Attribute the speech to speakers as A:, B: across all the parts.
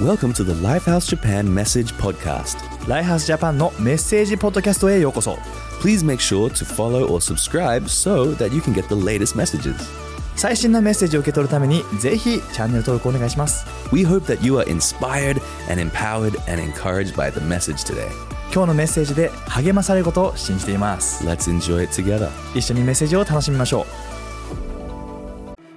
A: Welcome to the Lifehouse Japan Message Podcast.
B: ライハースジャパンのメッセージポッドキャストへようこそ
A: Please make sure to follow or subscribe so that you can get the latest messages.
B: 最新のメッセージを受け取るためにぜひチャンネル登録お願いします
A: We hope that you are inspired and empowered and encouraged by the message today.
B: 今日のメッセージで励まされることを信じています
A: Let's enjoy it together.
B: 一緒にメッセージを楽しみましょう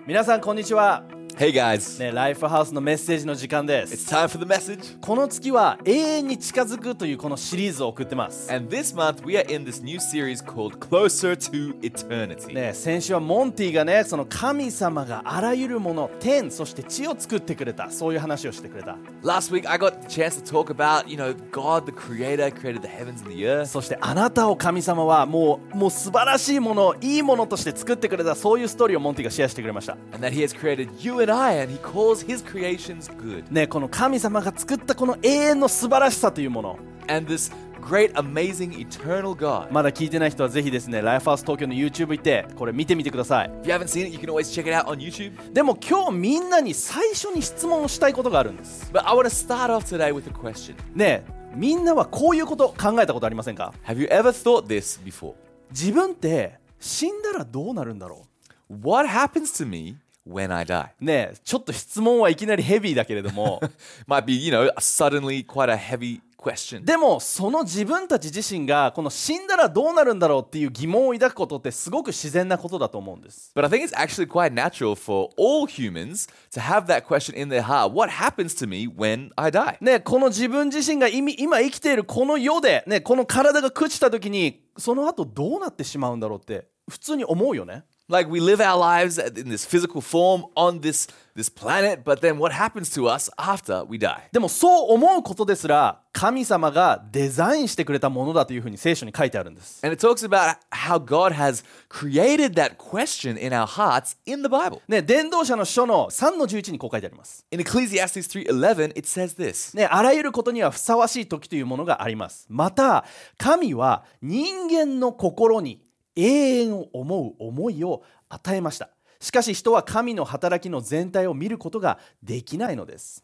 B: 皆さんこんにちは、
A: Hey guys,
B: ね、ライフハウスのメッセージの時間です
A: time for the message.
B: この月は永遠に近づくというこのシリーズを送ってます、
A: And this month we are in this new series called Closer to Eternity.
B: ね、先週はモンティがねその神様があらゆるもの天そして地を作ってくれたそういう話をしてくれた
C: Last week, I got the chance to talk about, you know, God, the creator, created the heavens and the earth.
B: そしてあなたを神様はもうもう素晴らしいものいいものとして作ってくれたそういうストーリーをモンティがシェアしてくれました、
C: And that he has created you and I, and he calls his creations good.
B: ね、この神様が作ったこの永遠の素晴らしさというもの
C: And this great, amazing, eternal God.
B: まだ聞いてない人はぜひですねライフハウス東京の YouTube 行ってこれ見てみてください
C: If you haven't seen it, you can always check it out on YouTube.
B: でも今日みんなに最初に質問をしたいことがあるんです
C: But I want to start off today with a question
B: ねえみんなはこういうこと考えたことありませんか
C: Have you ever thought this before?
B: 自分って死んだらどうなるんだろ
C: What happens to me when I die?
B: うねえちょっと質問はいきなりヘビーだけれども
C: Might be, you know, suddenly quite a heavy question.
B: でもその自分たち自身がこの死んだらどうなるんだろうっていう疑問を抱くことってすごく自然なことだと思うんです。
C: But I think it's actually quite natural for all humans to have that question in their heart What happens to me when I die?
B: ね、この自分自身が今今生きているこの世で、ね、この体が朽ちた時にその後どうなってしまうんだろうって普通に思うよね。
C: Like we live our lives in this physical form on this this planet, but then what happens to us after we die?
B: でもそう思うことですら神様がデザインしてくれたものだというふうに聖書に書いてあるんです。
C: And it talks about how God has created that question in our hearts in the Bible.
B: ね、伝道者の書の3の11にこう書いてあります。
C: In Ecclesiastes 3:11, it says this.
B: ね、あらゆることにはふさわしい時というものがありますまた神は人間の心に永遠を思う思いを与えましたしかし人は神の働きの全体を見ることができないのです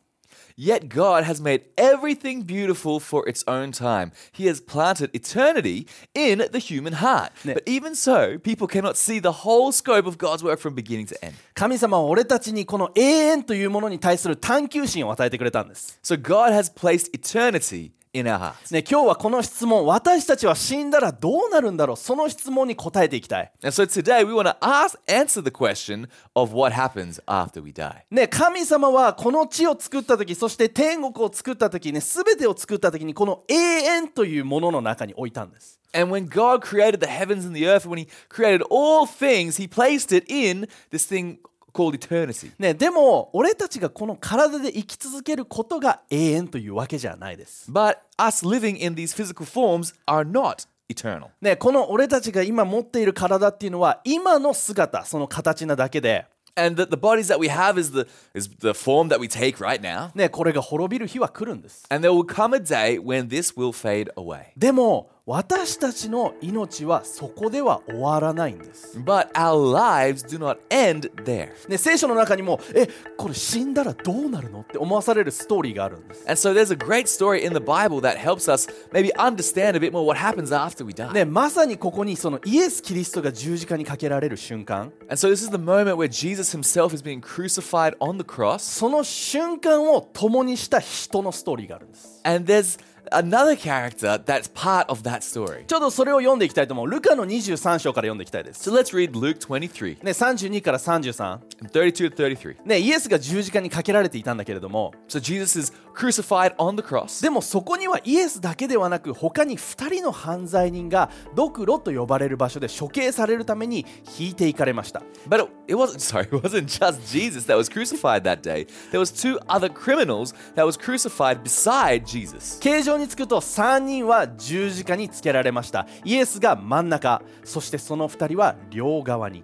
C: Yet God has made everything beautiful for its own time. He has planted eternity in the human heart.
B: Ne-
C: But even so, people cannot see the whole scope of God's work from beginning to end.
B: 神様は俺たちにこの永遠というものに対する探求心を与えてくれたんです、
C: So God has placed eternity in our hearts.
B: ね、今日はこの質問私たちは死んだらどうなるんだろうその質問に答えていきたい
C: And so today we want to ask answer the question of what happens after we die.
B: ね、神様はこの地を作った時そして天国を作った時ね全てを作った時にこの永遠というものの中に置いたんです。
C: And when God created the heavens and the earth, when he created all things, he placed it in this thing called eternity.
B: ね、でも俺たちがこの体で生き続けることが永遠というわけじゃないです。
C: But us living in these physical forms are not eternal.
B: ね、この俺たちが今持っている体っていうのは今の姿その形なだけで、
C: And that the bodies that we have is the is the form that we take right now.
B: ね、これが滅びる日は来るんです。
C: And there will come a day when this will fade away.
B: でも私たちの命はそこでは終わらないんです。
C: But our lives do not end there.
B: ね、聖書の中にも「えこれ死んだらどうなるの?」って思わされるストーリーがあるんです。
C: And so there's a great story in the Bible that helps us maybe understand a bit more what happens after we die.
B: ね、まさにここにそのイエス・キリストが十字架にかけられる瞬間
C: And so this is the moment where Jesus himself is being crucified on the cross.
B: その瞬間を共にした人のストーリーがあるんです
C: And there's another character that's part of that story.
B: ちょっとそれを読んでいきたいと思うルカの23章から読んでいきたいです
C: So let's read Luke 23,
B: ね32から33
C: 32 to 33.
B: ねイエスが十字架にかけられていたんだけれども
C: So Jesus is crucified on the cross.
B: でもそこにはイエスだけではなく他に2人の犯罪人がドクロと呼ばれる場所で処刑されるために引いていかれました
C: But it, it wasn't sorry, it wasn't just Jesus that was crucified that day. There was two other criminals that was crucified beside Jesus.
B: 形状につくと3人は十字架につけられましたイエスが真ん中そしてその2人は両側に、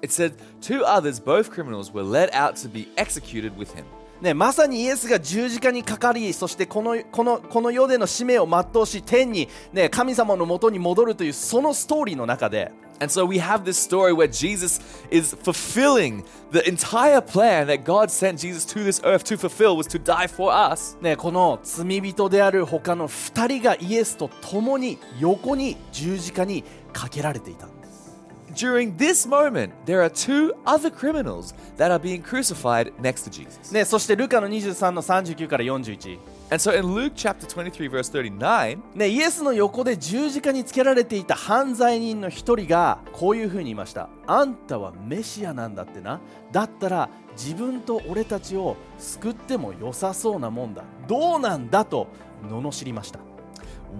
C: It said two others, both criminals, were led out to be executed with him.
B: ね、まさにイエスが十字架にかかりそしてこのこのこの世での使命を全うし天に、ね、神様のもとに戻るというそのストーリーの中で、
C: And so we have this story where Jesus is fulfilling the entire plan that God sent Jesus to this earth to fulfill was to die for us.
B: ね、この罪人である他の2人がイエスと共に横に十字架にかけられていたんです。
C: During this moment, there are two other criminals that are being crucified next to Jesus.
B: ね、そしてルカの23の39から41。
C: And so in Luke chapter 23 verse 39,
B: ね、イエスの横で十字架につけられていた犯罪人の一人がこういうふうに言いました「あんたはメシアなんだってなだったら自分と俺たちを救っても良さそうなもんだどうなんだ?」と罵りました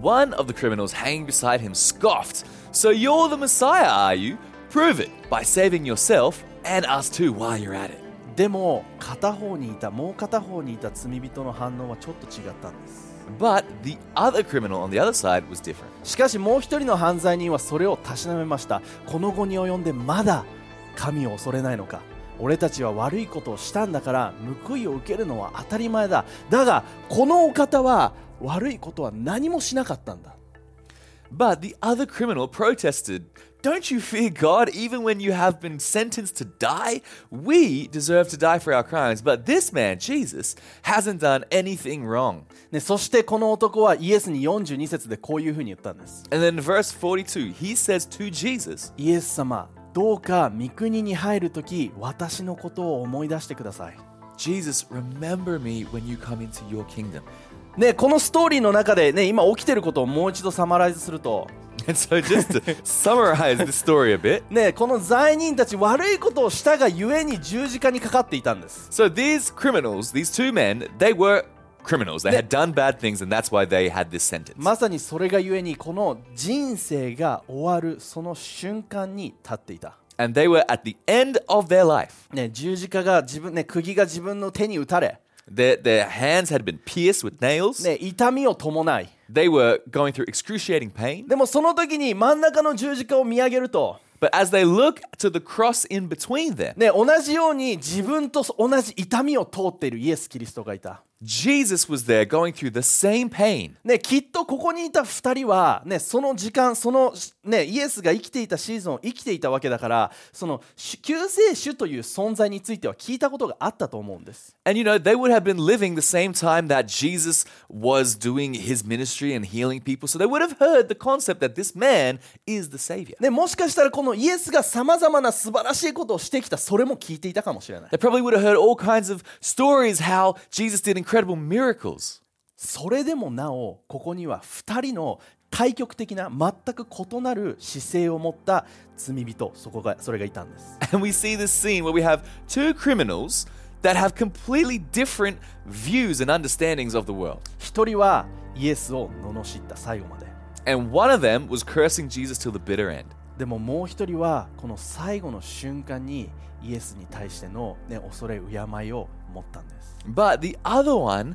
C: one of the criminals hanging beside him scoffed, "So you're the Messiah, are you? Prove it by saving yourself and us too while you're at it."
B: でも片方にいたもう片方にいた罪人の反応はちょっと違ったんです
C: But the other criminal on the other side was different.
B: しかしもう一人の犯罪人はそれをたしなめましたこの後に及んでまだ神を恐れないのか俺たちは悪いことをしたんだから報いを受けるのは当たり前だだがこのお方は悪いことは何もしなかったんだ
C: But the other criminal protested, Don't you fear God even when you have been sentenced to die? We deserve to die for our crimes, but this man, Jesus, hasn't done anything wrong.
B: ね、そしてこの男はイエスに42節でこういうふうに言ったんです
C: And then in verse 42, he says to Jesus,
B: イエス様どうか御国に入るとき私のことを思い出してください
C: Jesus, remember me when you come into your kingdom.
B: ね、このストーリーの中で、ね、今起きてることをもう一度サマライズすると、
C: And so, just to summarize this story a bit
B: ね、この罪人たち悪いことをしたがゆえに十字架にかかっていたんです。
C: so, these criminals, these two men, they were criminals. They had done bad things, and that's why they had this sentence.
B: まさにそれがゆえにこの人生が終わるその瞬間に立っていた。
C: And they were at the end of their life.
B: ね、十字架が自分、ね、釘が自分の手に打たれ、
C: Their, their hands had been pierced with nails.
B: ね、痛みを伴い。
C: They were going through excruciating pain.
B: でもその時に真ん中の十字架を見上げると、
C: But as they look to the cross in between them,
B: ね、同じように自分と同じ痛みを通っているイエス・キリストがいた。
C: Jesus was there going through the same pain.
B: ね、きっとここにいた2人は、ね、その時間その、ね、イエスが生きていたシーズンを生きていたわけだからそのし救世主という存在については聞いたことがあったと思うんです、
C: And you know, they would have been living the same time that Jesus was doing his ministry and healing people. So they would have heard the concept that this man is the Savior.
B: ね、もしかしたらこのイエスがさまざまな素晴らしいことをしてきたそれも聞いていたかもしれない
C: They probably would have heard all kinds of stories how Jesus did incredible miracles.
B: それでもなおここには2人の対極的な全く異なる姿勢を持った罪人そこがそれがいたんです
C: And we see this scene where we have two criminals that have completely different views and understandings of the world.
B: 1人はイエスを罵った最後まで
C: And one of them was cursing Jesus till the bitter end.
B: でももう一人はこの最後の瞬間にイエスに対しての、ね、恐れ敬いを持ったんです。
C: But the other one,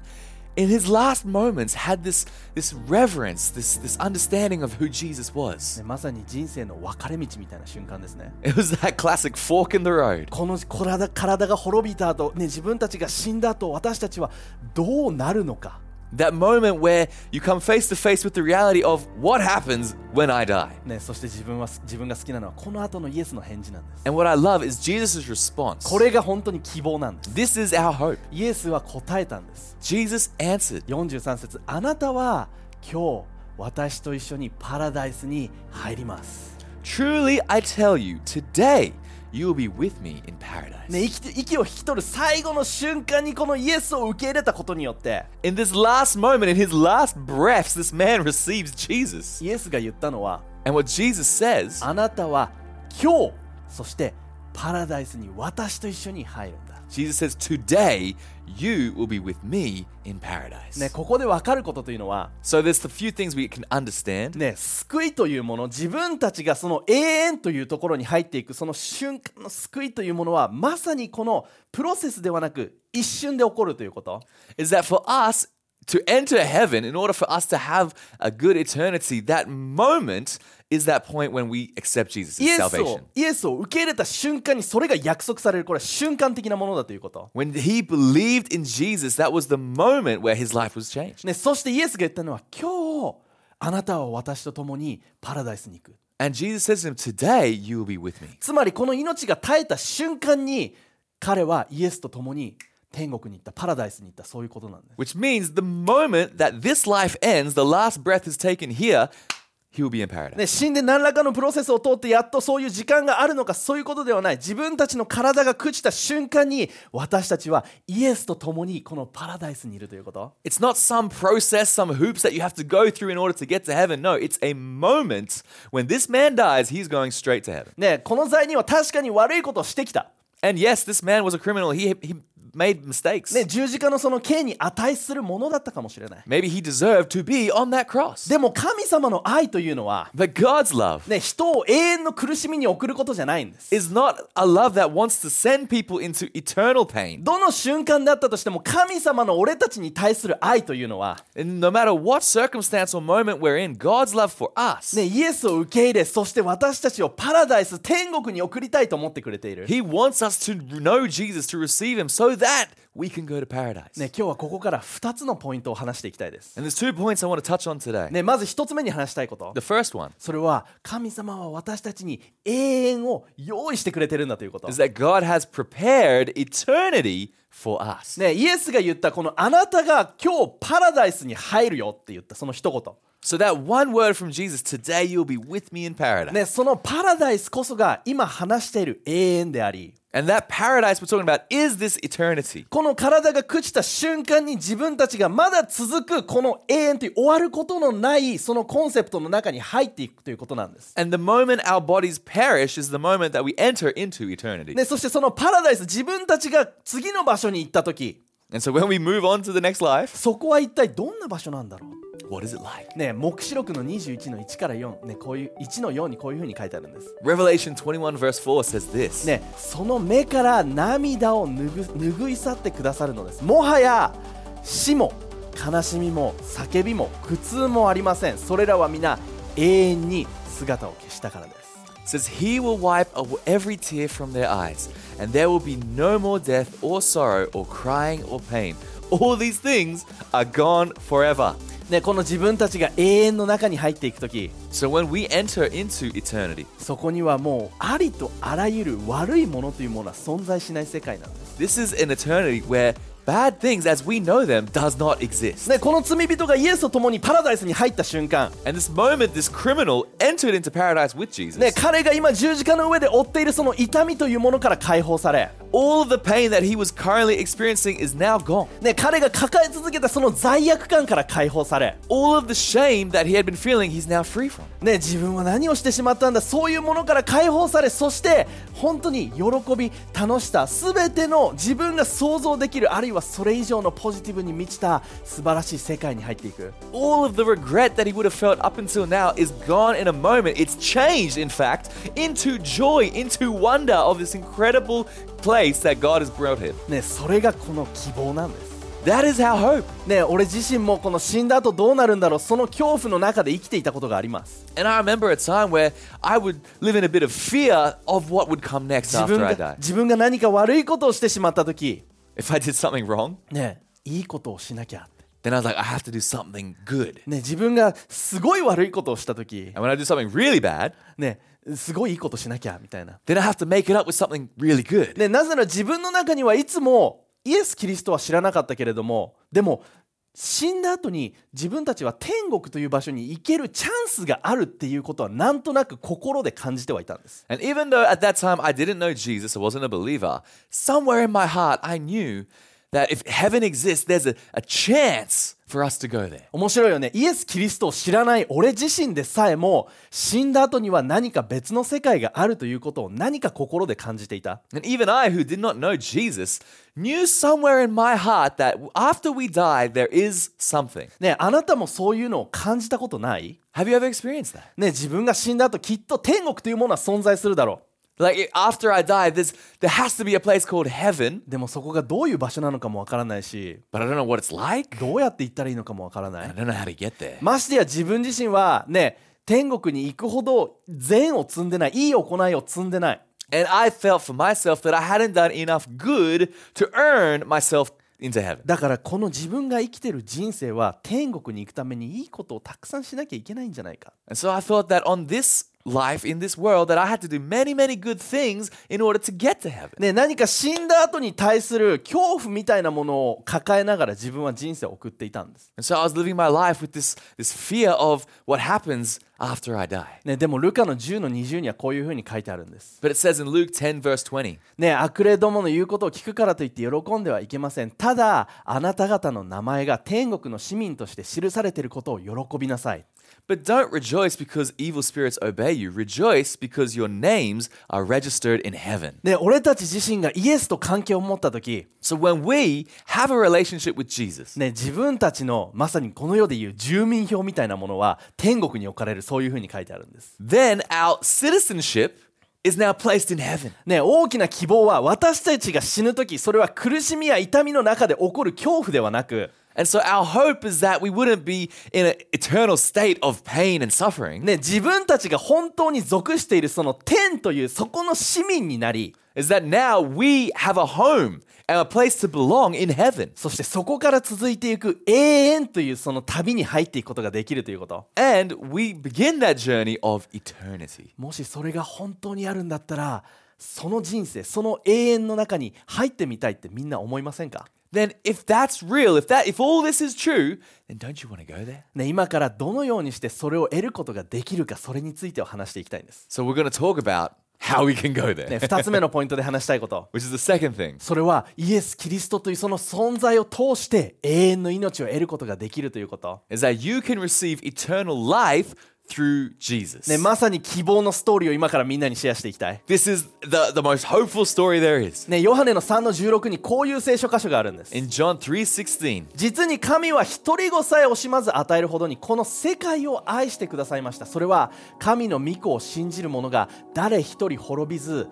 C: in his last moments, had this, this reverence, this, this understanding of who Jesus
B: ね
C: was.
B: まさに人生の分かれ道みたいな瞬間ですね。
C: It was that classic fork in the road.
B: この体体が滅びた後、ね、自分たちが死んだ後私たちはどうなるのか、
C: That moment where you come face to face with the reality of what happens when I die.
B: ね、そして自分は自分が好きなのはこの後のイエスの返事なんです。
C: And what I love is Jesus' response.
B: これが本当に希望なんです。
C: This is our hope.
B: イエスは答えたんです。
C: Jesus answered.
B: 43節あなたは今日私と一緒にパラダイスに入ります。
C: Truly, I tell you, today you will be with me in paradise.
B: ね、息て息を引き取る最後の瞬間にこのイエスを受け入れたことによって
C: In this last moment, in his last breaths, this man receives Jesus.
B: イエスが言ったのは
C: And what Jesus says
B: あなたは今日そしてパラダイスに私と一緒に入るんだ、
C: Jesus says, Today you will be with me in paradise.
B: ね、ここで分かることというのは、
C: So there's the few things we can understand.
B: ね、救いというもの自分たちがその永遠というところに入っていくその瞬間の救いというものはまさにこのプロセスではなく一瞬で起こるということ
C: Is that for us to enter heaven, in order for us to have a good eternity, that moment is that point when we accept Jesus'
B: イエスを
C: salvation.
B: イエスを受け入れた瞬間にそれが約束されるこれは瞬間的なものだということ
C: When he believed in Jesus, that was the moment where his life was changed.
B: ね、そしてイエスが言ったのは今日あなたは私と共にパラダイスに行く
C: And Jesus says to him, Today you will be with me.
B: つまりこの命が絶えた瞬間に彼はイエスと共に天国に行ったパラダイスに行ったそういうことなんです
C: Which means the moment that this life ends, the last breath is taken here, he will be in paradise.
B: ね、死んで何らかのプロセスを通ってやっとそういう時間があるのかそういうことではない自分たちの体が朽ちた瞬間に私たちはイエスと共にこのパラダイスにいるということ
C: It's not some process, some hoops that you have to go through in order to get to heaven. No, it's a moment when this man dies, he's going straight to heaven.
B: ねこの罪人は確かに悪いことをしてきた、
C: And yes, this man was a criminal. He, he made mistakes.
B: ね、十字架のその刑に値するものだったかもしれない
C: Maybe he deserved to be on that cross.
B: でも神様の愛というのは、
C: But God's love
B: ね、人を永遠の苦しみに送ることじゃないんです
C: is not a love that wants to send people into eternal pain.
B: どの瞬間だったとしても神様の俺たちに対する愛というのは
C: And no matter what circumstance or moment we're in, God's love for us,
B: ね、イエスを受け入れそして私たちをパラダイス天国に送りたいと思ってくれている、ね、
C: He wants us to know Jesus, to receive Him, so that we can go to paradise.
B: 今日はここから2つのポイントを話していきたいです、
C: And there's two points I want to touch on today.
B: ね、まず1つ目に話したいこと
C: The first one
B: それは神様は私たちに永遠を用意してくれてるんだということ
C: is that God has prepared eternity for us.
B: ね、イエスが言ったこのあなたが今日パラダイスに入るよって言ったその一言
C: So that one word from Jesus, today you'll be with me in paradise.
B: ね、そのパラダイスこそが今話している永遠であり
C: And that paradise we're talking about is this eternity.
B: この体が朽ちた瞬間に自分たちがまだ続くこの永遠という終わることのないそのコンセプトの中に入っていくということなんです。
C: And the moment our bodies perish is the moment that we enter into eternity.
B: ね、そしてそのパラダイス自分たちが次の場所に行った時
C: And so when we move on to the next life,
B: そこは一体どんな場所なんだろう
C: what is it like?
B: ね黙示録の21の1から4、ね、こういう1の4にこういうふうに書いてあるんです。
C: Revelation 21, verse 4 says this.
B: ね、その目から涙を拭拭い去ってくださるのですもはや死も悲しみも叫びも苦痛もありませんそれらは皆永遠に姿を消したからです
C: says he will wipe away every tear from their eyes and there will be no more death or sorrow or crying or pain all these things are gone forever
B: ね、この自分たちが永遠の中に入っていく時
C: so when we enter into eternity
B: そこにはもうありとあらゆる悪いものというものは存在しない世界なんです、
C: this is an eternity where bad things as we know them does not exist
B: ね、この罪人がイエスと共にパラダイスに入った瞬間
C: and this moment this criminal entered into paradise with jesus
B: ね、彼が今十字架の上で負っているその痛みというものから解放され
C: all the pain that he was currently experiencing is now gone
B: ね、彼が抱え続けたその罪悪感から解放され、
C: all of the shame that he had been feeling he's now free from
B: ね、自分は何をしてしまったんだそういうものから解放されそして本当に喜び楽しさ全ての自分が想像できるあるいはそれ以上のポジティブに満ちた素晴らしい世界に入っていく、
C: all of the regret that he would have felt up until now is gone in a moment. It's changed, in fact, into joy, into wonder of this incredible place that God has brought him.
B: ね、それがこの希望なんです。
C: That is our hope.
B: ね、俺自身もこの死んだ後どうなるんだろうその恐怖の中で生きていたことがあります
C: And I remember a time where I would live in a bit of fear of what would come next
B: 自分
C: after I
B: が
C: died.
B: 自分が何か悪いことをしてしまった時、
C: If I did something wrong,
B: ね、いいことをしなきゃって、
C: then I was like, I have to do something good.
B: ね、自分がすごい悪いことをした時
C: And when I do something really bad,
B: ね、すごいいいことしなきゃみたいな、
C: then I have to make it up with something really good.
B: ね、なぜなら自分の中にはいつもイエス・キリストは知らなかったけれどもでも死んだ後に自分たちは天国という場所に行けるチャンスがあるっていうことはなんとなく心で感じてはいたんです
C: And even though at that time I didn't know Jesus, I wasn't a believer, somewhere in my heart I knew that if heaven exists, there's a, a chance for us to go there.
B: 面白いよねイエス・キリストを知らない俺自身でさえも死んだ後には何か別の世界があるということを何か心で感じていた
C: And even I, who did not know Jesus, knew somewhere in my heart that after we die, there is something.
B: ねあなたもそういうのを感じたことない
C: Have you ever experienced that?
B: ね自分が死んだ後きっと天国というものは存在するだろう
C: Like after I die, there's there has to be a place called heaven,
B: でもそこがどういう場所なのかもわからないし
C: but I don't know what it's like.
B: どうやって行ったらいいのかもわからな
C: I
B: い
C: don't know how to get there.
B: ましてや自分自身はね天国に行くほど善を積んでないいい行いを積んでない
C: And I felt for myself that I hadn't done enough good to earn myself into heaven.
B: だからこの自分が生きてる人生は天国に行くためにいいことをたくさんしなきゃいけないんじゃないか
C: And so I thought that on this life in this world that I had to do many, many good things in order to get to heaven.
B: ね、何か死んだ後に対する恐怖みたいなものを抱えながら自分は人生を送っていたんです、
C: And so I was living my life with this, this fear of what happens after I die.
B: ね、でもルカの10の20にはこういうふうに書いてあるんです、
C: But it says in Luke 10, verse 20,
B: ね、悪霊どもの言うことを聞くからといって喜んではいけませんただあなた方の名前が天国の市民として記されていることを喜びなさい
C: But don't rejoice because evil spirits obey you. Rejoice because your names are registered in heaven.
B: ね、俺たち自身がイエスと関係を持った時、
C: So when we have a relationship with Jesus,
B: ね、自分たちのまさにこの世でいう住民票みたいなものは天国に置かれるそういうふうに書いてあるんです、
C: then our citizenship is now placed in heaven.
B: ね、大きな希望は私たちが死ぬ時それは苦しみや痛みの中で起こる恐怖ではなく、
C: And so our hope is that we wouldn't be in an eternal state of pain and suffering,
B: ね、自分たちが本当に属しているその天というそこの市民になり
C: is that now we have a home and a place to belong in heaven.
B: そしてそこから続いていく永遠というその旅に入っていくことができるということ
C: And we begin that journey of eternity.
B: もしそれが本当にあるんだったらその人生その永遠の中に入ってみたいってみんな思いませんか、
C: Then if that's real, if that if all this is true, then don't you want to go there?
B: ね、今からどのようにしてそれを得ることができるかそれについてを話していきたいんです、
C: So we're going to talk about how we can go there,
B: ね、2つ目のポイントで話したいこと
C: which is the second thing.
B: それはイエス・キリストというその存在を通して永遠の命を得ることができるということ、
C: Is that you can receive eternal life through Jesus.
B: ね、まさに希望のストーリーを今からみんなにシェアしていきたい、
C: This is the, the most hopeful story there is.
B: ね、ヨハネの3の16にこういう聖書箇所があるんです
C: In John 3:16,
B: 実に神は独り子さえ惜しまず与えるほどにこの世界を愛してくださいましたそれは神の御子を信じる者が誰一人滅びず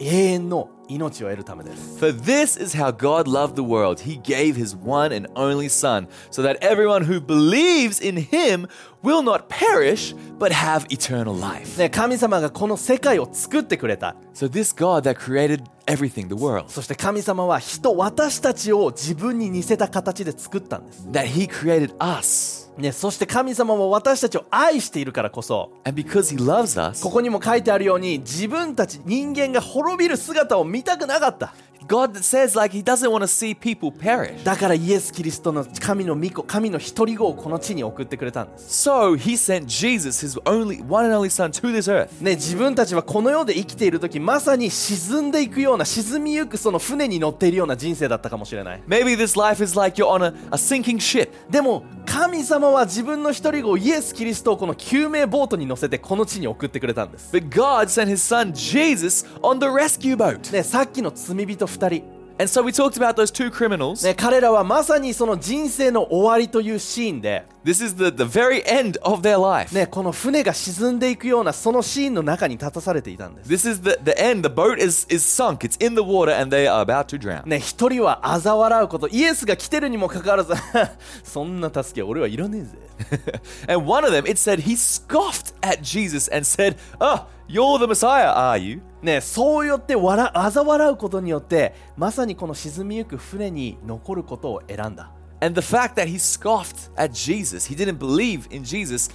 B: 永遠の命を得るためです
C: for this is how God loved the world. He gave his one and only son so that everyone who believes in him will not perish but have eternal life.
B: ね神様がこの世界を作ってくれた
C: So this God that created everything, the world,
B: そして神様は人私たちを自分に似せた形で作ったんです、
C: that he created us.
B: ね、そして神様も私たちを愛しているからこそ
C: And because he loves us,
B: ここにも書いてあるように自分たち人間が滅びる姿を見たくなかった
C: God that says like he doesn't want to see people perish.
B: だからイエス・キリストの神の御子神の一人子をこの地に送ってくれたんです、
C: So he sent Jesus, his only one and only son, to this earth.
B: ね、自分たちはこの世で生きている時まさに沈んでいくような沈みゆくその船に乗っているような人生だったかもしれない
C: Maybe this life is like you're on a, a sinking ship.
B: でも神様は自分の一人子イエス・キリストをこの救命ボートに乗せてこの地に送ってくれたんです、
C: But God sent his son Jesus on the rescue boat.
B: ね、さっきの罪人二人
C: And so we talked about those two criminals.
B: ね、彼らはまさにその人生の終わりというシーンで、
C: This is the, the very end of their life.
B: ね、この船が沈んでいくようなそのシーンの中に立たされていたんです
C: This is the, the end. The boat is, is sunk, it's in the water, and they are about to drown.
B: ね、一人は嘲笑うことイエスが来てるにもかかわらず そんな助け俺はいらねえぜ
C: and one of them, it said, he scoffed at Jesus and said, Oh, you're the Messiah, are you?
B: ねそうやって笑嘲笑うことによってまさにこの沈みゆく船に残ることを選んだ
C: And the fact that he scoffed at Jesus, he didn't believe in Jesus,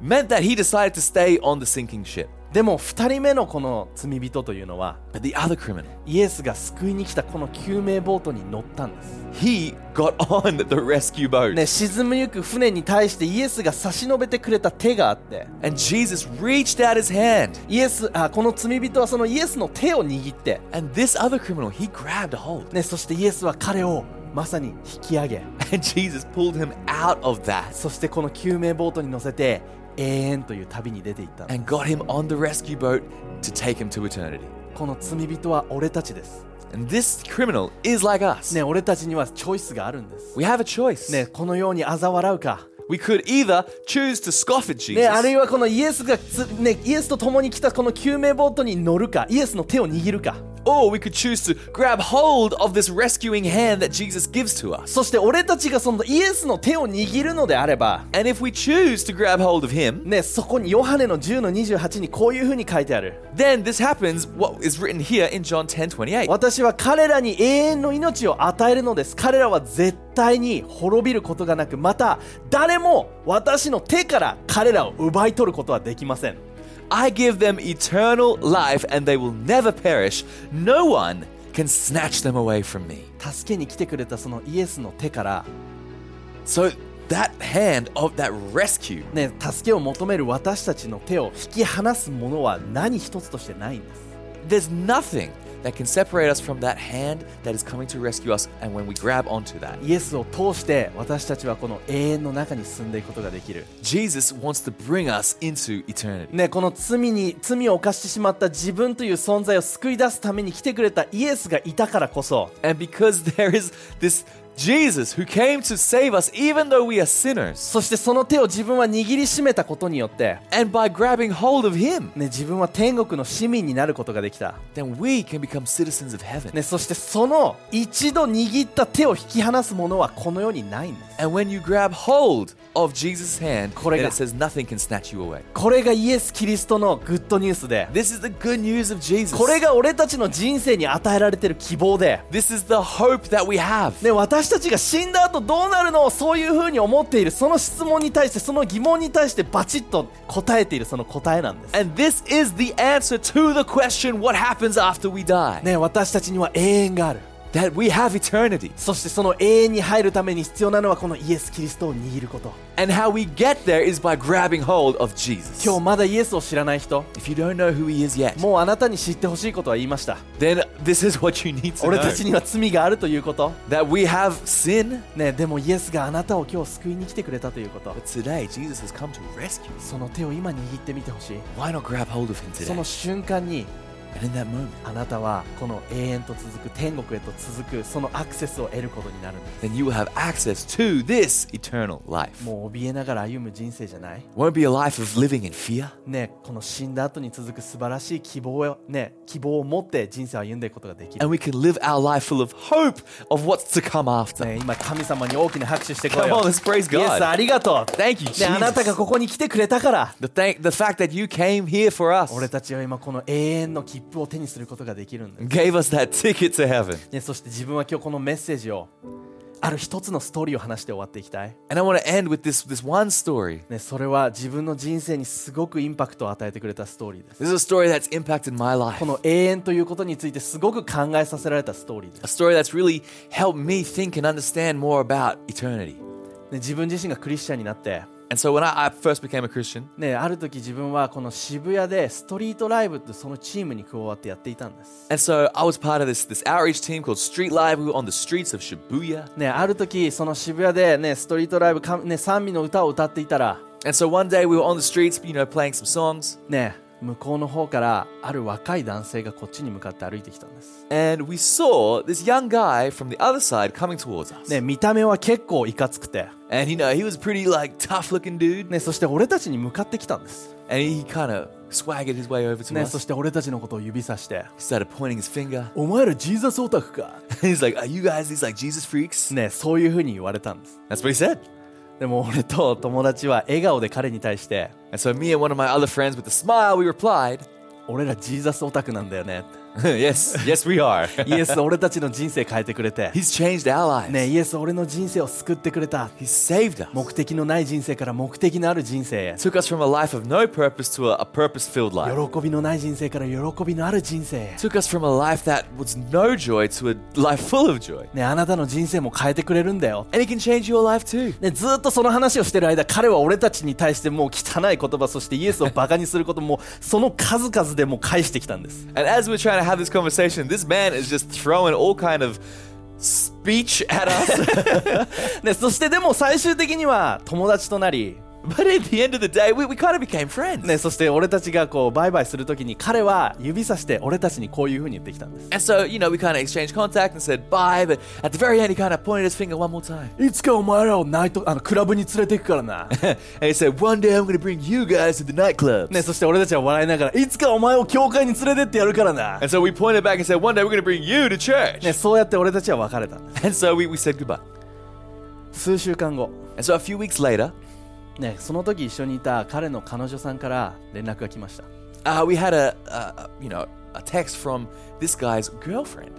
C: meant that he decided to stay on the sinking ship.
B: でも2人目のこの罪人というのは
C: But the other criminal,
B: イエスが救いに来たこの救命ボートに乗ったんです、
C: he got on the rescue boat.
B: ね、沈みゆく船に対してイエスが差し伸べてくれた手があって
C: And Jesus reached out his hand.
B: イエスあこの罪人はそのイエスの手を握って、
C: And this other criminal, he grabbed a hold.
B: ね、そしてイエスは彼をまさに引き上げ
C: And Jesus pulled him out of that
B: そしてこの救命ボートに乗せて永遠という旅に出ていったの
C: and got him on the rescue boat to take him to eternity.
B: この罪人は俺たちです、
C: And this criminal is like us.
B: ね、俺たちにはチョイスがあるんです、
C: We have a choice.
B: ね、このように嘲笑うか、
C: We could either choose to scoff at
B: ね、ある
C: Jesus
B: いはこのイエスがつ、ね、イエスと共に来たこの救命ボートに乗るかイエスの手を握るか
C: or we could choose to grab hold of this rescuing hand that Jesus gives to us.
B: そして俺たちがそのイエスの手を握るのであれば、
C: And if we choose to grab hold of him,
B: ね、そこにヨハネの10の28にこういうふうに書いてある
C: then this happens what is written here in John 10 28.
B: 私は彼らに永遠の命を与えるのです彼らは絶対に滅びることがなくまた誰も私の手から彼らを奪い取ることはできません、
C: I give them eternal life and they will never perish. No one can snatch them away from me.
B: 助けに来てくれたそのイエスの手から、
C: So that hand of that rescue,
B: ね、助けを求める私たちの手を引き離すものは何一つとしてないんです。
C: there's nothing that can separate us from that hand that is coming to rescue us. And when we grab onto that,
B: イエスを通して私たちはこの永遠の中に進んでいくことができる。
C: Jesus wants to bring us into eternity.
B: ね、この罪に罪を犯してしまった自分という存在を救い出すために来てくれたイエスがいたからこそ
C: And because there is this Jesus who came to save us, even though we are sinners,
B: そしてその手を自分は握りしめたことによって、
C: and by grabbing hold of him,
B: ね、自分は天国の市民になることができた、
C: then we can become citizens of heaven.
B: ね、そしてその一度握った手を引き離すものはこの世にないんです
C: And when you grab hold of Jesus' hand,
B: これが-
C: then it says nothing can snatch you away.
B: これがイエス・キリストのグッドニュースで
C: This is the good news of Jesus.
B: これが俺たちの人生に与えられてる希望で、
C: This is the hope that we have.
B: ね、私たちが死んだ後どうなるのをそういうふうに思っているその質問に対してその疑問に対してバチッと答えているその答えなんです
C: And this is the answer to the question what happens after we die?
B: ね、私たちには永遠がある
C: That we have eternity.
B: そしてその永遠に入るために必要なのはこのイエス・キリストを握ること
C: And how we get there is by grabbing hold of Jesus.
B: 今日まだイエスを知らない人
C: If you don't know who he is yet,
B: もうあなたに知ってほしいことは言いました。
C: then this is what you need to
B: 俺た
C: know.
B: ちには罪があるということ。
C: That we have sin,
B: ねえでもイエスがあなたを今日救いに来てくれたということ。
C: but today Jesus has come to rescue us.
B: その手を今握ってみてほしい。
C: Why not grab hold of him
B: そ
C: today?
B: の瞬間に
C: And in that moment,
B: あなたはこの永遠と続く天国へと続くそのアクセスを得ることになるんで
C: then you will have access to this eternal life.
B: す。もう怯えながら歩む人生じゃない
C: Won't be a life of living in fear,
B: ねえこの死んだ後に続く素晴らしい希望をねえ希望を持って人生を歩んでいくことができる。
C: and we can live our life full of hope of what's to come after.
B: ねえ今神様に大きな拍手してこい
C: Come
B: よ
C: on, let's praise
B: イエ
C: God.
B: スありがとう。
C: Thank you,
B: ねえあなたが
C: Jesus.
B: ここに来てくれたから。
C: The, thank, the fact that you came here for us
B: 俺たちは今この永遠の切符を手にすることができるんです、
C: gave us that ticket to heaven.
B: ね、そして自分は今日このメッセージをある一つのストーリーを話して終わっていきたい、
C: And I want to end with this, this one story.
B: ね、それは自分の人生にすごくインパクトを与えてくれたストーリーです
C: This is a story that's impacted my life.
B: この永遠ということについてすごく考えさせられたストーリーです、
C: A
B: ね、
C: story that's really helped me think and understand more about eternity.
B: 自分自身がクリスチャンになって、
C: And so when I, I first became a Christian,
B: ね、ある時自分はこの渋谷でストリートライブってそのチームに加わってやっていたんです、
C: and so I was part of this, this outreach team called Street Live. We were on the streets of Shibuya.
B: ね、ある時その渋谷で、ね、ストリートライブか、ね、賛美の歌を歌っていたら
C: And so one day we were on the streets, you know, playing some songs,
B: ね向こうの方からある若い男性がこっちに向かって歩いてきたんです、
C: and we saw this young guy from the other side coming towards us.
B: ね、見た目は結構いかつくて、
C: And you know, he was a pretty like tough looking dude,
B: ね、そして俺たちに向かってきたんです、
C: and he kind of swaggered his way over to
B: ね、
C: us.
B: そして俺たちのことを指さして
C: He started pointing his finger.
B: 「お前らジーザスオタクか
C: He's like, "Are you guys these like Jesus freaks?"
B: ね」そういうふうに言われたんです
C: That's what he said.
B: でも俺と友達は笑顔で彼に対して
C: And so me and one of my other friends with a smile, we replied,
B: 「俺らジーザスオタクなんだよね
C: "Yes, yes we are."
B: って」イエス俺たちの人生変えてくれて
C: He's changed our lives.
B: ねイエス俺の人生を救ってくれた
C: He saved us.
B: 目的のない人生から目的のある人生へ
C: Took us from a life of no purpose to a, a purpose-filled life.
B: 喜びのない人生から喜びのある人生へ
C: Took us from a life that was no joy to a life full of joy.
B: ね、あなたの人生も変えてくれるんだよ。
C: And he can change your life too.
B: ね、ずーっとその話をしてる間、彼は俺たちに対してもう汚い言葉、そしてイエスをバカにすることも、その数々でもう返してきたんです。
C: And as we're trying to have this conversation, this man is just throwing all kind of speech at us.
B: ね、そしてでも最終的には友達となり、
C: but at the end of the day, we, we kind of became friends.
B: ね、そして俺たちがこうバイバイするときに彼は指さして俺たちにこういうふうに言ってきたんです。
C: And so, you know, we kind of exchanged contact and said bye, but at the very end, he kind of pointed his finger one more time.
B: いつかお前らをナイト、あの、クラブに連れて行くからな。
C: and he said, One day I'm going to bring you guys to the nightclubs.
B: ね、そして俺たちは笑いながら、いつかお前を教会に連れてってやるからな。
C: And so we pointed back and said, One day we're going to bring you to church.
B: ね、そうやって俺たちは別れたんで
C: And so we, we said goodbye.
B: す。数週間後、
C: And so a few weeks later,
B: ね、その時一緒にいた彼の彼女さんから連絡が来ました、
C: uh, we had a, a, a, you know, a text from this guy's girlfriend.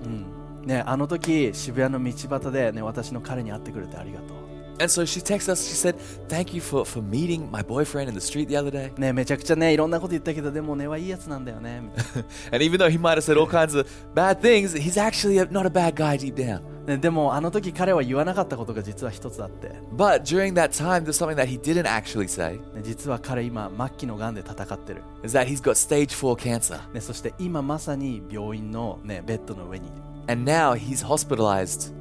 B: ね、あの時渋谷の道端で、ね、私の彼に会ってくれてありがとう
C: And so she texted us, she said, Thank you for, for meeting my boyfriend in the street the other day.
B: ねめちゃくちゃねいろんなこと言ったけどでも根はいいやつなんだよねみたい
C: And even though he might have said all kinds of bad things, he's actually a, not a bad guy deep down.
B: なねでもあの時彼は言わなかったことが実は一つあって、ね
C: But during that time, there's something that he didn't actually say
B: 実は彼今末期のがんで戦ってる、
C: is that he's got stage four cancer.
B: ね、そして今まさに病院の、ね、ベッドの上にいる
C: And now he's hospitalized.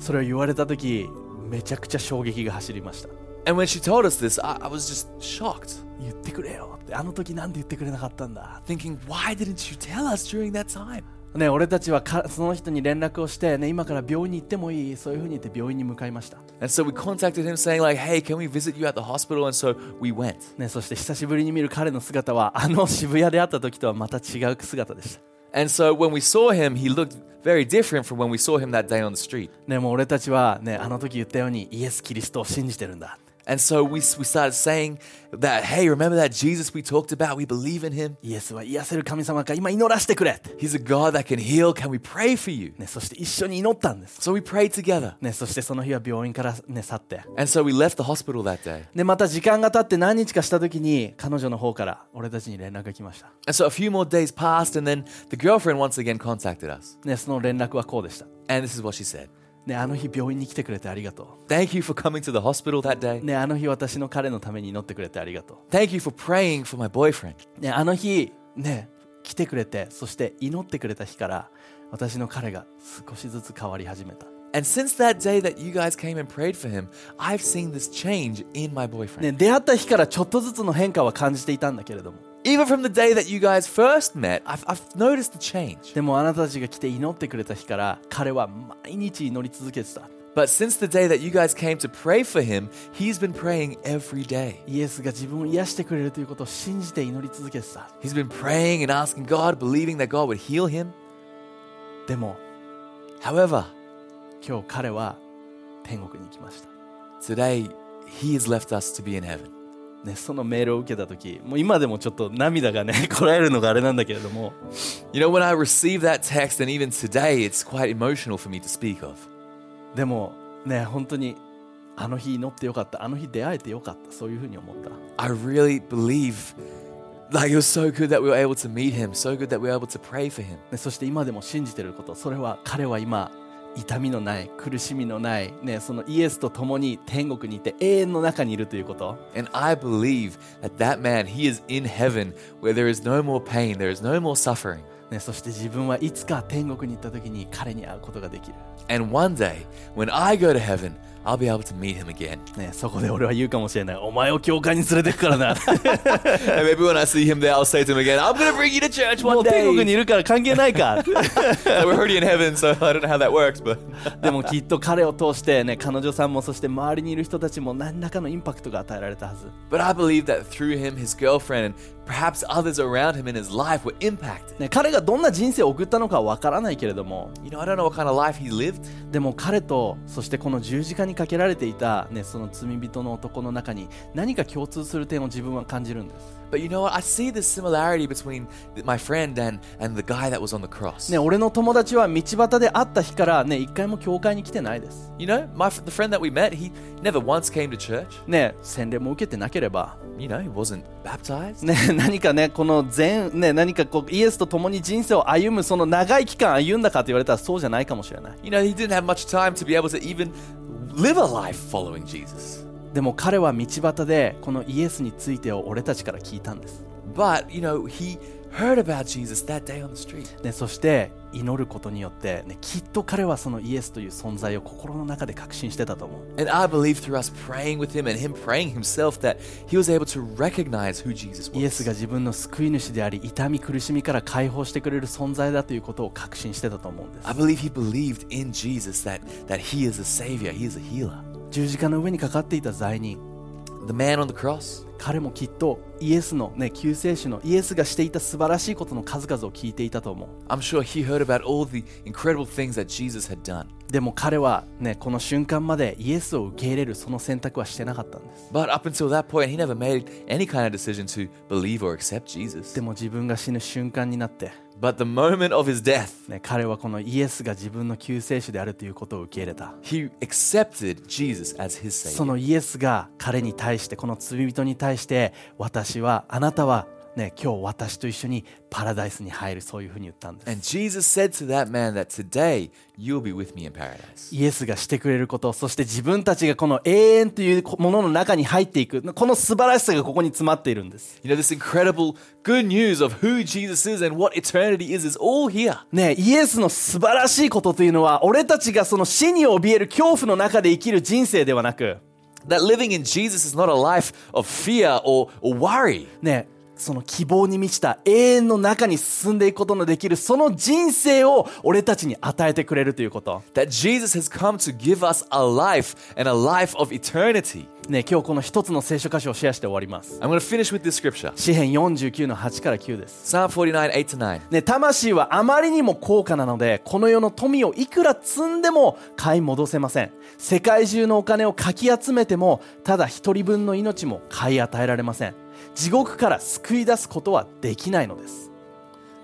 B: それを言われた時めちゃくちゃ衝撃が走りました
C: And when she told us this, I, I was just shocked,
B: 言ってくれよってあの時なんで言ってくれなかったんだ
C: thinking, Why didn't you tell us during that time?
B: ね俺たちはかその人に連絡をして、ね、今から病院に行ってもいいそういうふうに言って病院に向かいました、
C: And so we contacted him saying, like, hey, can we visit you at the hospital? And so we went.
B: ね、そして久しぶりに見る彼の姿はあの渋谷で会った時とはまた違う姿でした
C: And so when we saw him, he looked very different from when we saw him that day on the street.
B: ね、もう俺たちは、ね、あの時言ったようにイエス・キリストを信じてるんだ
C: And so we, we started saying that, hey, remember that Jesus we talked about? We believe in him.
B: イエスは癒せる神様か今祈らせてくれって、
C: He's a God that can heal. Can we pray for you?
B: ね、そして一緒に祈ったんです、
C: So we prayed together.
B: ね、そしてその日は病院から、ね、去って、
C: And so we left the hospital that day.
B: でまた時間が経って何日かした時に彼女の方から俺たちに連絡が来ました、
C: And so a few more days passed, and then the girlfriend once again contacted us.
B: ね、その連絡はこうでした、
C: And this is what she said
B: ね、あの日病院に来てくれてありがと
C: Thank you for coming to the hospital that day.
B: う、ね、あの日私の彼のために祈ってくれてありがと
C: Thank you for praying for my boyfriend.
B: う、ね、あの日、ね、来てくれてそして祈ってくれた日から私の彼が少しずつ変わり始めた
C: And since that day that you guys came and prayed for him, I've seen this change in my boyfriend.
B: ね、出会った日からちょっとずつの変化は感じていたんだけれども
C: Even from the day that you guys first met, I've, I've noticed the change.
B: でもあなたたちが来て祈ってくれた日から彼は毎日祈り続けてた
C: But since the day that you guys came to pray for him, he's been praying every day.
B: イエスが自分を癒してくれるということを信じて祈り続けてた
C: He's been praying and asking God, believing that God would heal him.
B: でも
C: However,
B: 今日彼は天国に行きました、
C: today he has left us to be in heaven.
B: ね、そのメールを受けた時もう今でもちょっと涙がね こらえるのがあれなんだけれども
C: You know, when I received that text, and even today, it's quite emotional for me to speak of.
B: でもね本当にあの日祈ってよかったあの日出会えてよかったそういうふうに思った
C: I really believe, like, it was so good that we were able to meet him, so good that we were able to pray for him.
B: ね、そして今でも信じてることそれは彼は今痛みのない苦しみのない、ね、そのイエスと共に天国にいて永遠の中にいるということ、
C: And I believe that that man, he is in heaven where there is no more pain, there is no more suffering.
B: ね、そして自分はいつか天国に行った時に彼に会うことができる、
C: And one day, when I go to heaven, I'll be able to meet him again.
B: ね、そこで俺は言うかもしれないお前を教会に連れてくからな
C: and maybe when I see him there, I'll say to him again, I'm going to bring you to church
B: も
C: one
B: う天
C: day.
B: 国にいるから関係ないか
C: We're already in heaven, so I don't know how that works, but.
B: でもきっと彼を通して、ね、彼女さんもそして周りにいる人たちも何らかのインパクトが与えられたはず、
C: But I believe that through him, his girlfriend, and perhaps others around him in his life were impacted.
B: ね、彼がどんな人生を送ったのかは分からないけれども
C: You know, I don't know what kind of life he lived,
B: でも彼とそしてこの十字架にかけられていた、ね、その罪人の男の中に何か共通する点を自分は感じるんです、
C: but you know what? I see this similarity between th- my friend and, and the guy that was on the cross.
B: ね、俺の友達は道端で会った日から、ね、一回も教会に来てないです、
C: You know, my, f- the friend that we met, he never once came to church.
B: ね、洗礼も受けてなければ、
C: You know, he wasn't baptized.
B: ね、 何かねこの前、ね、何かこうイエスと共に人生を歩むその長い期間歩んだかと言われたらそうじゃないかもしれない
C: You know, he didn't have much time to be able to even live a life following Jesus.
B: でも彼は道端でこのイエスについてを俺たちから聞いたんです、
C: But, you know, he heard about Jesus that day on the street.
B: ね、そして祈ることによって、ね、きっと彼はそのイエスという存在を心の中で確信してたと思う
C: And I believe through us praying with him and him praying himself that he was able to recognize who Jesus
B: イエス
C: was.
B: が自分の救い主であり痛み苦しみから解放してくれる存在だということを確信してたと思うんです
C: I believe he believed in Jesus that, that he is a savior, he is a healer.
B: 十字架の上にかかっていた罪人
C: The man on the cross,
B: 彼もきっとイエスの、ね、救世主のイエスがしていた素晴らしいことの数々を聞いていたと思う
C: I'm sure he heard about all the incredible things that Jesus had done.
B: でも彼は、ね、この瞬間までイエスを受け入れるその選択はしてなかったんです
C: But up until that point, he never made any kind of decision to believe or accept Jesus.
B: でも自分が死ぬ瞬間になって
C: But the moment of his death,
B: ね、彼はこのイエスが自分の救世主であるということを受け入れた
C: he accepted Jesus as his
B: そ
C: savior.
B: のイエスが彼に対してこの罪人に対して私はあなたはね今日私と一緒にパラダイスに入るそういうふうに言ったんです
C: And Jesus said to that man that today you'll be with me in paradise.
B: イエスがしてくれることそして自分たちがこの永遠というものの中に入っていくこの素晴らしさがここに詰まっているんです
C: You know, this incredible good news of who Jesus is and what eternity is is all here.
B: ねイエスの素晴らしいことというのは俺たちがその死に怯える恐怖の中で生きる人生ではなく
C: That living in Jesus is not a life of fear or, or worry.
B: ねその希望に満ちた永遠の中に進んでいくことのできるその人生を俺たちに与えてくれるということ。
C: That Jesus has come to give us a life and a life of eternity.
B: ね今日この一つの聖書箇所をシェアして終わります。
C: I'm going to finish with this scripture
B: 詩編49の8から9です。
C: Psalm 49, 8 to 9.
B: ね、魂はあまりにも高価なのでこの世の富をいくら積んでも買い戻せません世界中のお金をかき集めてもただ一人分の命も買い与えられません地獄から救い出すことはできないのです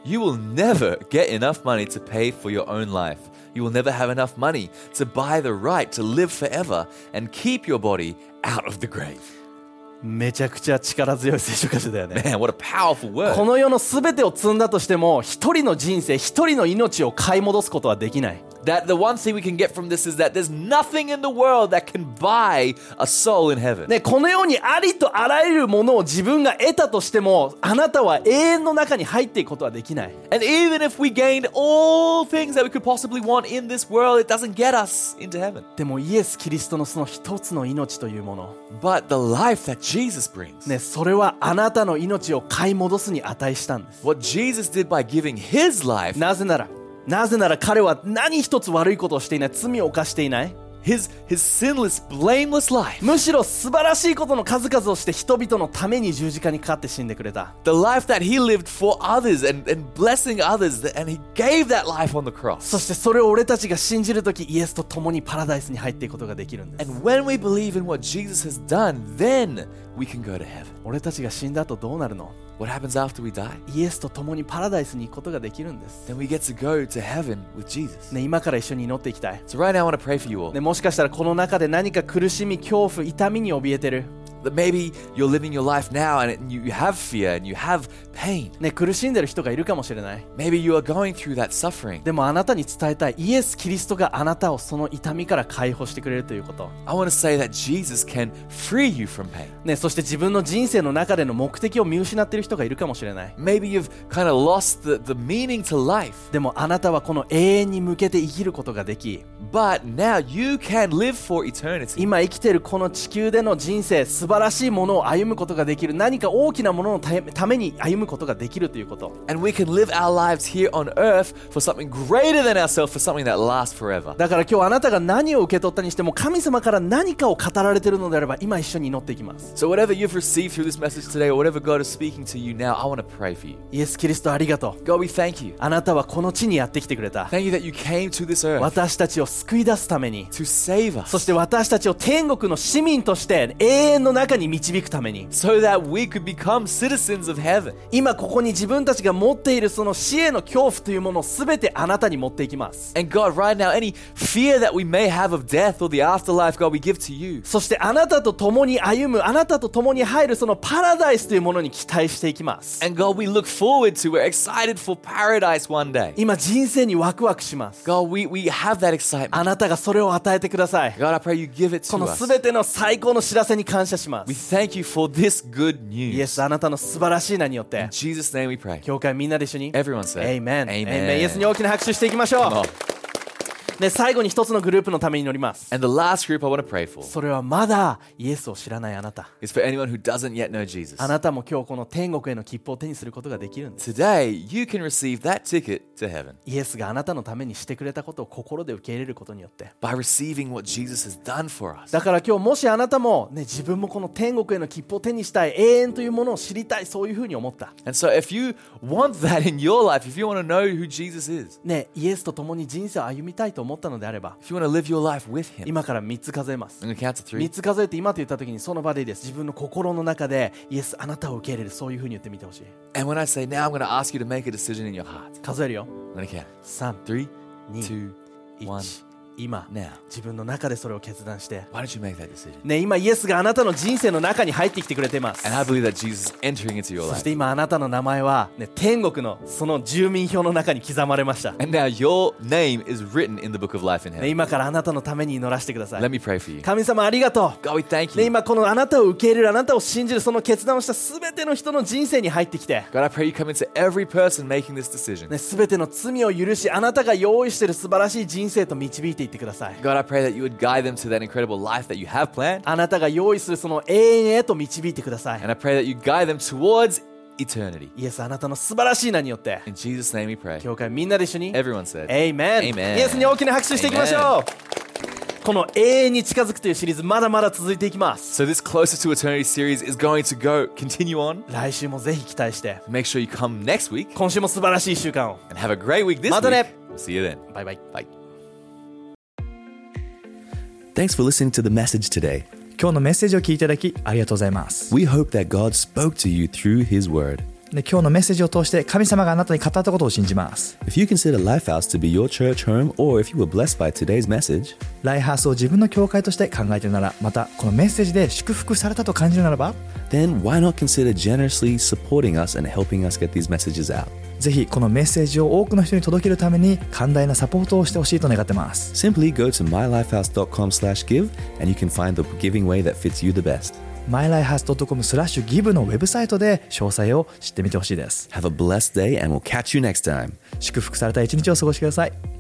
C: You will never get enough money to pay for your own life. You will never have enough money to buy the right to live forever and keep your body out of the grave.
B: めちゃくちゃ力強い聖書箇所だよね
C: Man, what a powerful word.
B: この世の全てを積んだとしても一人の人生一人の命を買い戻すことはできない
C: That the one thing we can get from this is that there's nothing in the world that can buy a soul in heaven.
B: ね、このようにありとあらゆるものを自分が得たとしてもあなたは永遠の中に入っていくことはできない
C: And even if we gained all things that we could possibly want in this world, it doesn't get us into heaven.
B: でもイエス・キリストのその一つの命というもの、
C: But the life that Jesus brings,
B: ね、それはあなたの命を買い戻すに値したんです。
C: what Jesus did by giving his life,
B: なぜなら、なぜなら彼は何一つ悪いことをしていない、罪を犯していない、
C: his his sinless, blameless life,
B: むしろ素晴らしいことの数々をして人々のために十字架にかかって死んでくれた。
C: the life that he lived for others and, and blessing others, and he gave that life on the
B: そし
C: cross.
B: てそれを俺たちが信じるとき、イエスと共にパラダイスに入っていくことができるんです。
C: And when we believe in what Jesus has done, then we can go to heaven.
B: 俺たちが死んだ後どうなるの
C: What happens after we die?
B: イエスと共にパラダイスに行くことができるんです。
C: Then we get to go to heaven with Jesus.
B: ね、今から一緒に祈っていきたい。
C: So right now I want to pray for you all.
B: ね、もしかしたらこの中で何か苦しみ、恐怖、痛みに怯えてる。
C: That maybe you're living your life now and it- you you have fear and you have pain.
B: ね、苦しんでる人がいるかもしれない
C: Maybe you are going through that suffering.
B: でもあなたに伝えたいイエス・キリストがあなたをその痛みから解放してくれるということ、
C: I want to say that Jesus can free you from pain.
B: ね、そして自分の人生の中での目的を見失っている人がいるかもしれない
C: Maybe you've kind of lost the, the meaning to life,
B: でもあなたはこの永遠に向けて生きることができ
C: but now you can live for eternity.
B: 今生きてるこの地球での人生素晴らしいものを歩むことができる何か大きなもののたために歩むことができるということ
C: And we can live our lives here on earth for something greater than ourselves, for something that lasts forever.
B: だから今日あなたが何を受け取ったにしても神様から何かを語られているのであれば今一緒に祈っていきます
C: So, whatever you've received through this message today, or whatever God is speaking to you now, I want to pray for you.
B: イエス・キリストありがとう
C: God, we thank you.
B: あなたはこの地にやってきてくれた
C: Thank you that you came to this earth
B: 私たちを救い出すために
C: to save us.
B: そして私たちを天国の市民として永遠の中に導くために
C: so that we could become citizens of heaven.
B: 今ここに自分たちが持っているその死への恐怖というものを全てあなたに持っていきます
C: And God, right now, any fear that we may have of death or the afterlife, God, we give to you.
B: そしてあなたと共に歩むあなたと共に入るそのパラダイスというものに期待していきます
C: And God, we look forward to, we're excited for paradise one day.
B: 今人生にワクワクします
C: God, we, we have that
B: あ
C: excitement.
B: なたがそれを与えてください
C: God, I pray you give it
B: こ
C: to
B: の
C: us.
B: 全ての最高の知らせに感謝しま
C: We
B: す
C: thank you for this good
B: イエ
C: news.
B: スあなたの素晴らしい名によって
C: In Jesus' name we pray.
B: 教会みんなで一緒に
C: Everyone say
B: Amen.
C: Amen.
B: Amen. イエスに大きな拍手していきましょ
C: Come on.
B: う、ね、最後に一つのグループのために乗ります
C: And the last group I want to pray for
B: それはまだイエスを知らないあなた
C: is for anyone who doesn't yet know Jesus.
B: あなたも今日この天国への切符を手にすることができるんです
C: Today, you can receive that ticket to heaven
B: イエスがあなたのためにしてくれたことを心で受け入れることによって
C: by receiving what Jesus has done for us.
B: だから今日もしあなたも、ね、自分もこの天国への切符を手にしたい永遠というものを知りたいそういうふうに思った、
C: And so, if you want that in your life, if you want to know who Jesus is,
B: ね、イエスと共に人生を歩みたいと思ったのであれば
C: If you want to live your life with Him, I'm
B: 今から3つ数えます。
C: going to count to three.
B: 3つ数えて今と言った時にその場でいいです。自分の心の中でイエスあなたを受け入れるそういうふうに言ってみてほしい。
C: And when I say now, I'm going to ask you to make a decision in your heart.
B: 数えるよ。
C: I'm going to count.
B: 3、
C: Three,
B: 2、
C: two, one.
B: 1今
C: Now,
B: 自分の中でそれを決断して。
C: why don't you make that decision?
B: ね、今イエスがあなたの人生の中に入ってきてくれています
C: And I。believe that Jesus is entering into your
B: そし
C: life.
B: て今あなたの名前は、ね、天国のその住民票の中に刻まれ ました、ね
C: And now your name is written in the book of life in heaven.
B: 今からあなたのために祈らせてくださ
C: Let
B: い
C: me pray for you.
B: 神様ありがと
C: God, we thank
B: う、ね、
C: you.
B: 今このあなたを受け入れるあなたを信じるその決断をした全ての人の人生に入ってきて
C: God, I pray you come into every person making this decision.
B: ね、全ての罪を許しあなたが用意している素晴らしい人生と導いていってください
C: God, I pray that you would guide them to that incredible life that you have planned.
B: あなたが用意するその永遠へと導いてください
C: And I pray that you guide them towards eternity.
B: イエスあなたの素晴らしい名によって
C: In Jesus' name we pray.
B: 教会みんなで一緒に
C: Everyone said.
B: エイメン
C: Amen.
B: イエスに大きな拍手していきましょうこの永遠に近づくというシリーズまだまだ続いていきます
C: So this closer to eternity series is going to go continue on.
B: 来週もぜひ期待して
C: Make sure you come next week
B: 今週も素晴らしい一週間を
C: and have a great week this
B: Mata
C: week.
B: ne.
C: We'll see you then.
B: バイバイ
C: Bye.
A: Thanks for listening to the message today.
D: 今日のメッセージを聞いていただきありがとうございます
A: We hope that God spoke to you through His Word.
D: で今日のメッセージを通して神様があなたに語ったことを信じます
A: If you consider Lifehouse to be your church home, or if you were blessed by today's message,
D: ライハースを自分の教会として考えているならまたこのメッセージで祝福されたと感じるならば
A: then why not consider generously supporting us and helping us get these messages out?
D: ぜひこのメッセージを多くの人に届けるために寛大なサポートをしてほしいと願ってます
A: Simply go to mylifehouse.com/give and you can find the giving way that fits you the best.
D: mylifehas.com スラッシュギブのウェブサイトで詳細を知ってみてほしいです
A: Have a blessed day and we'll catch you next time.
D: 祝福された一日を過ごしてください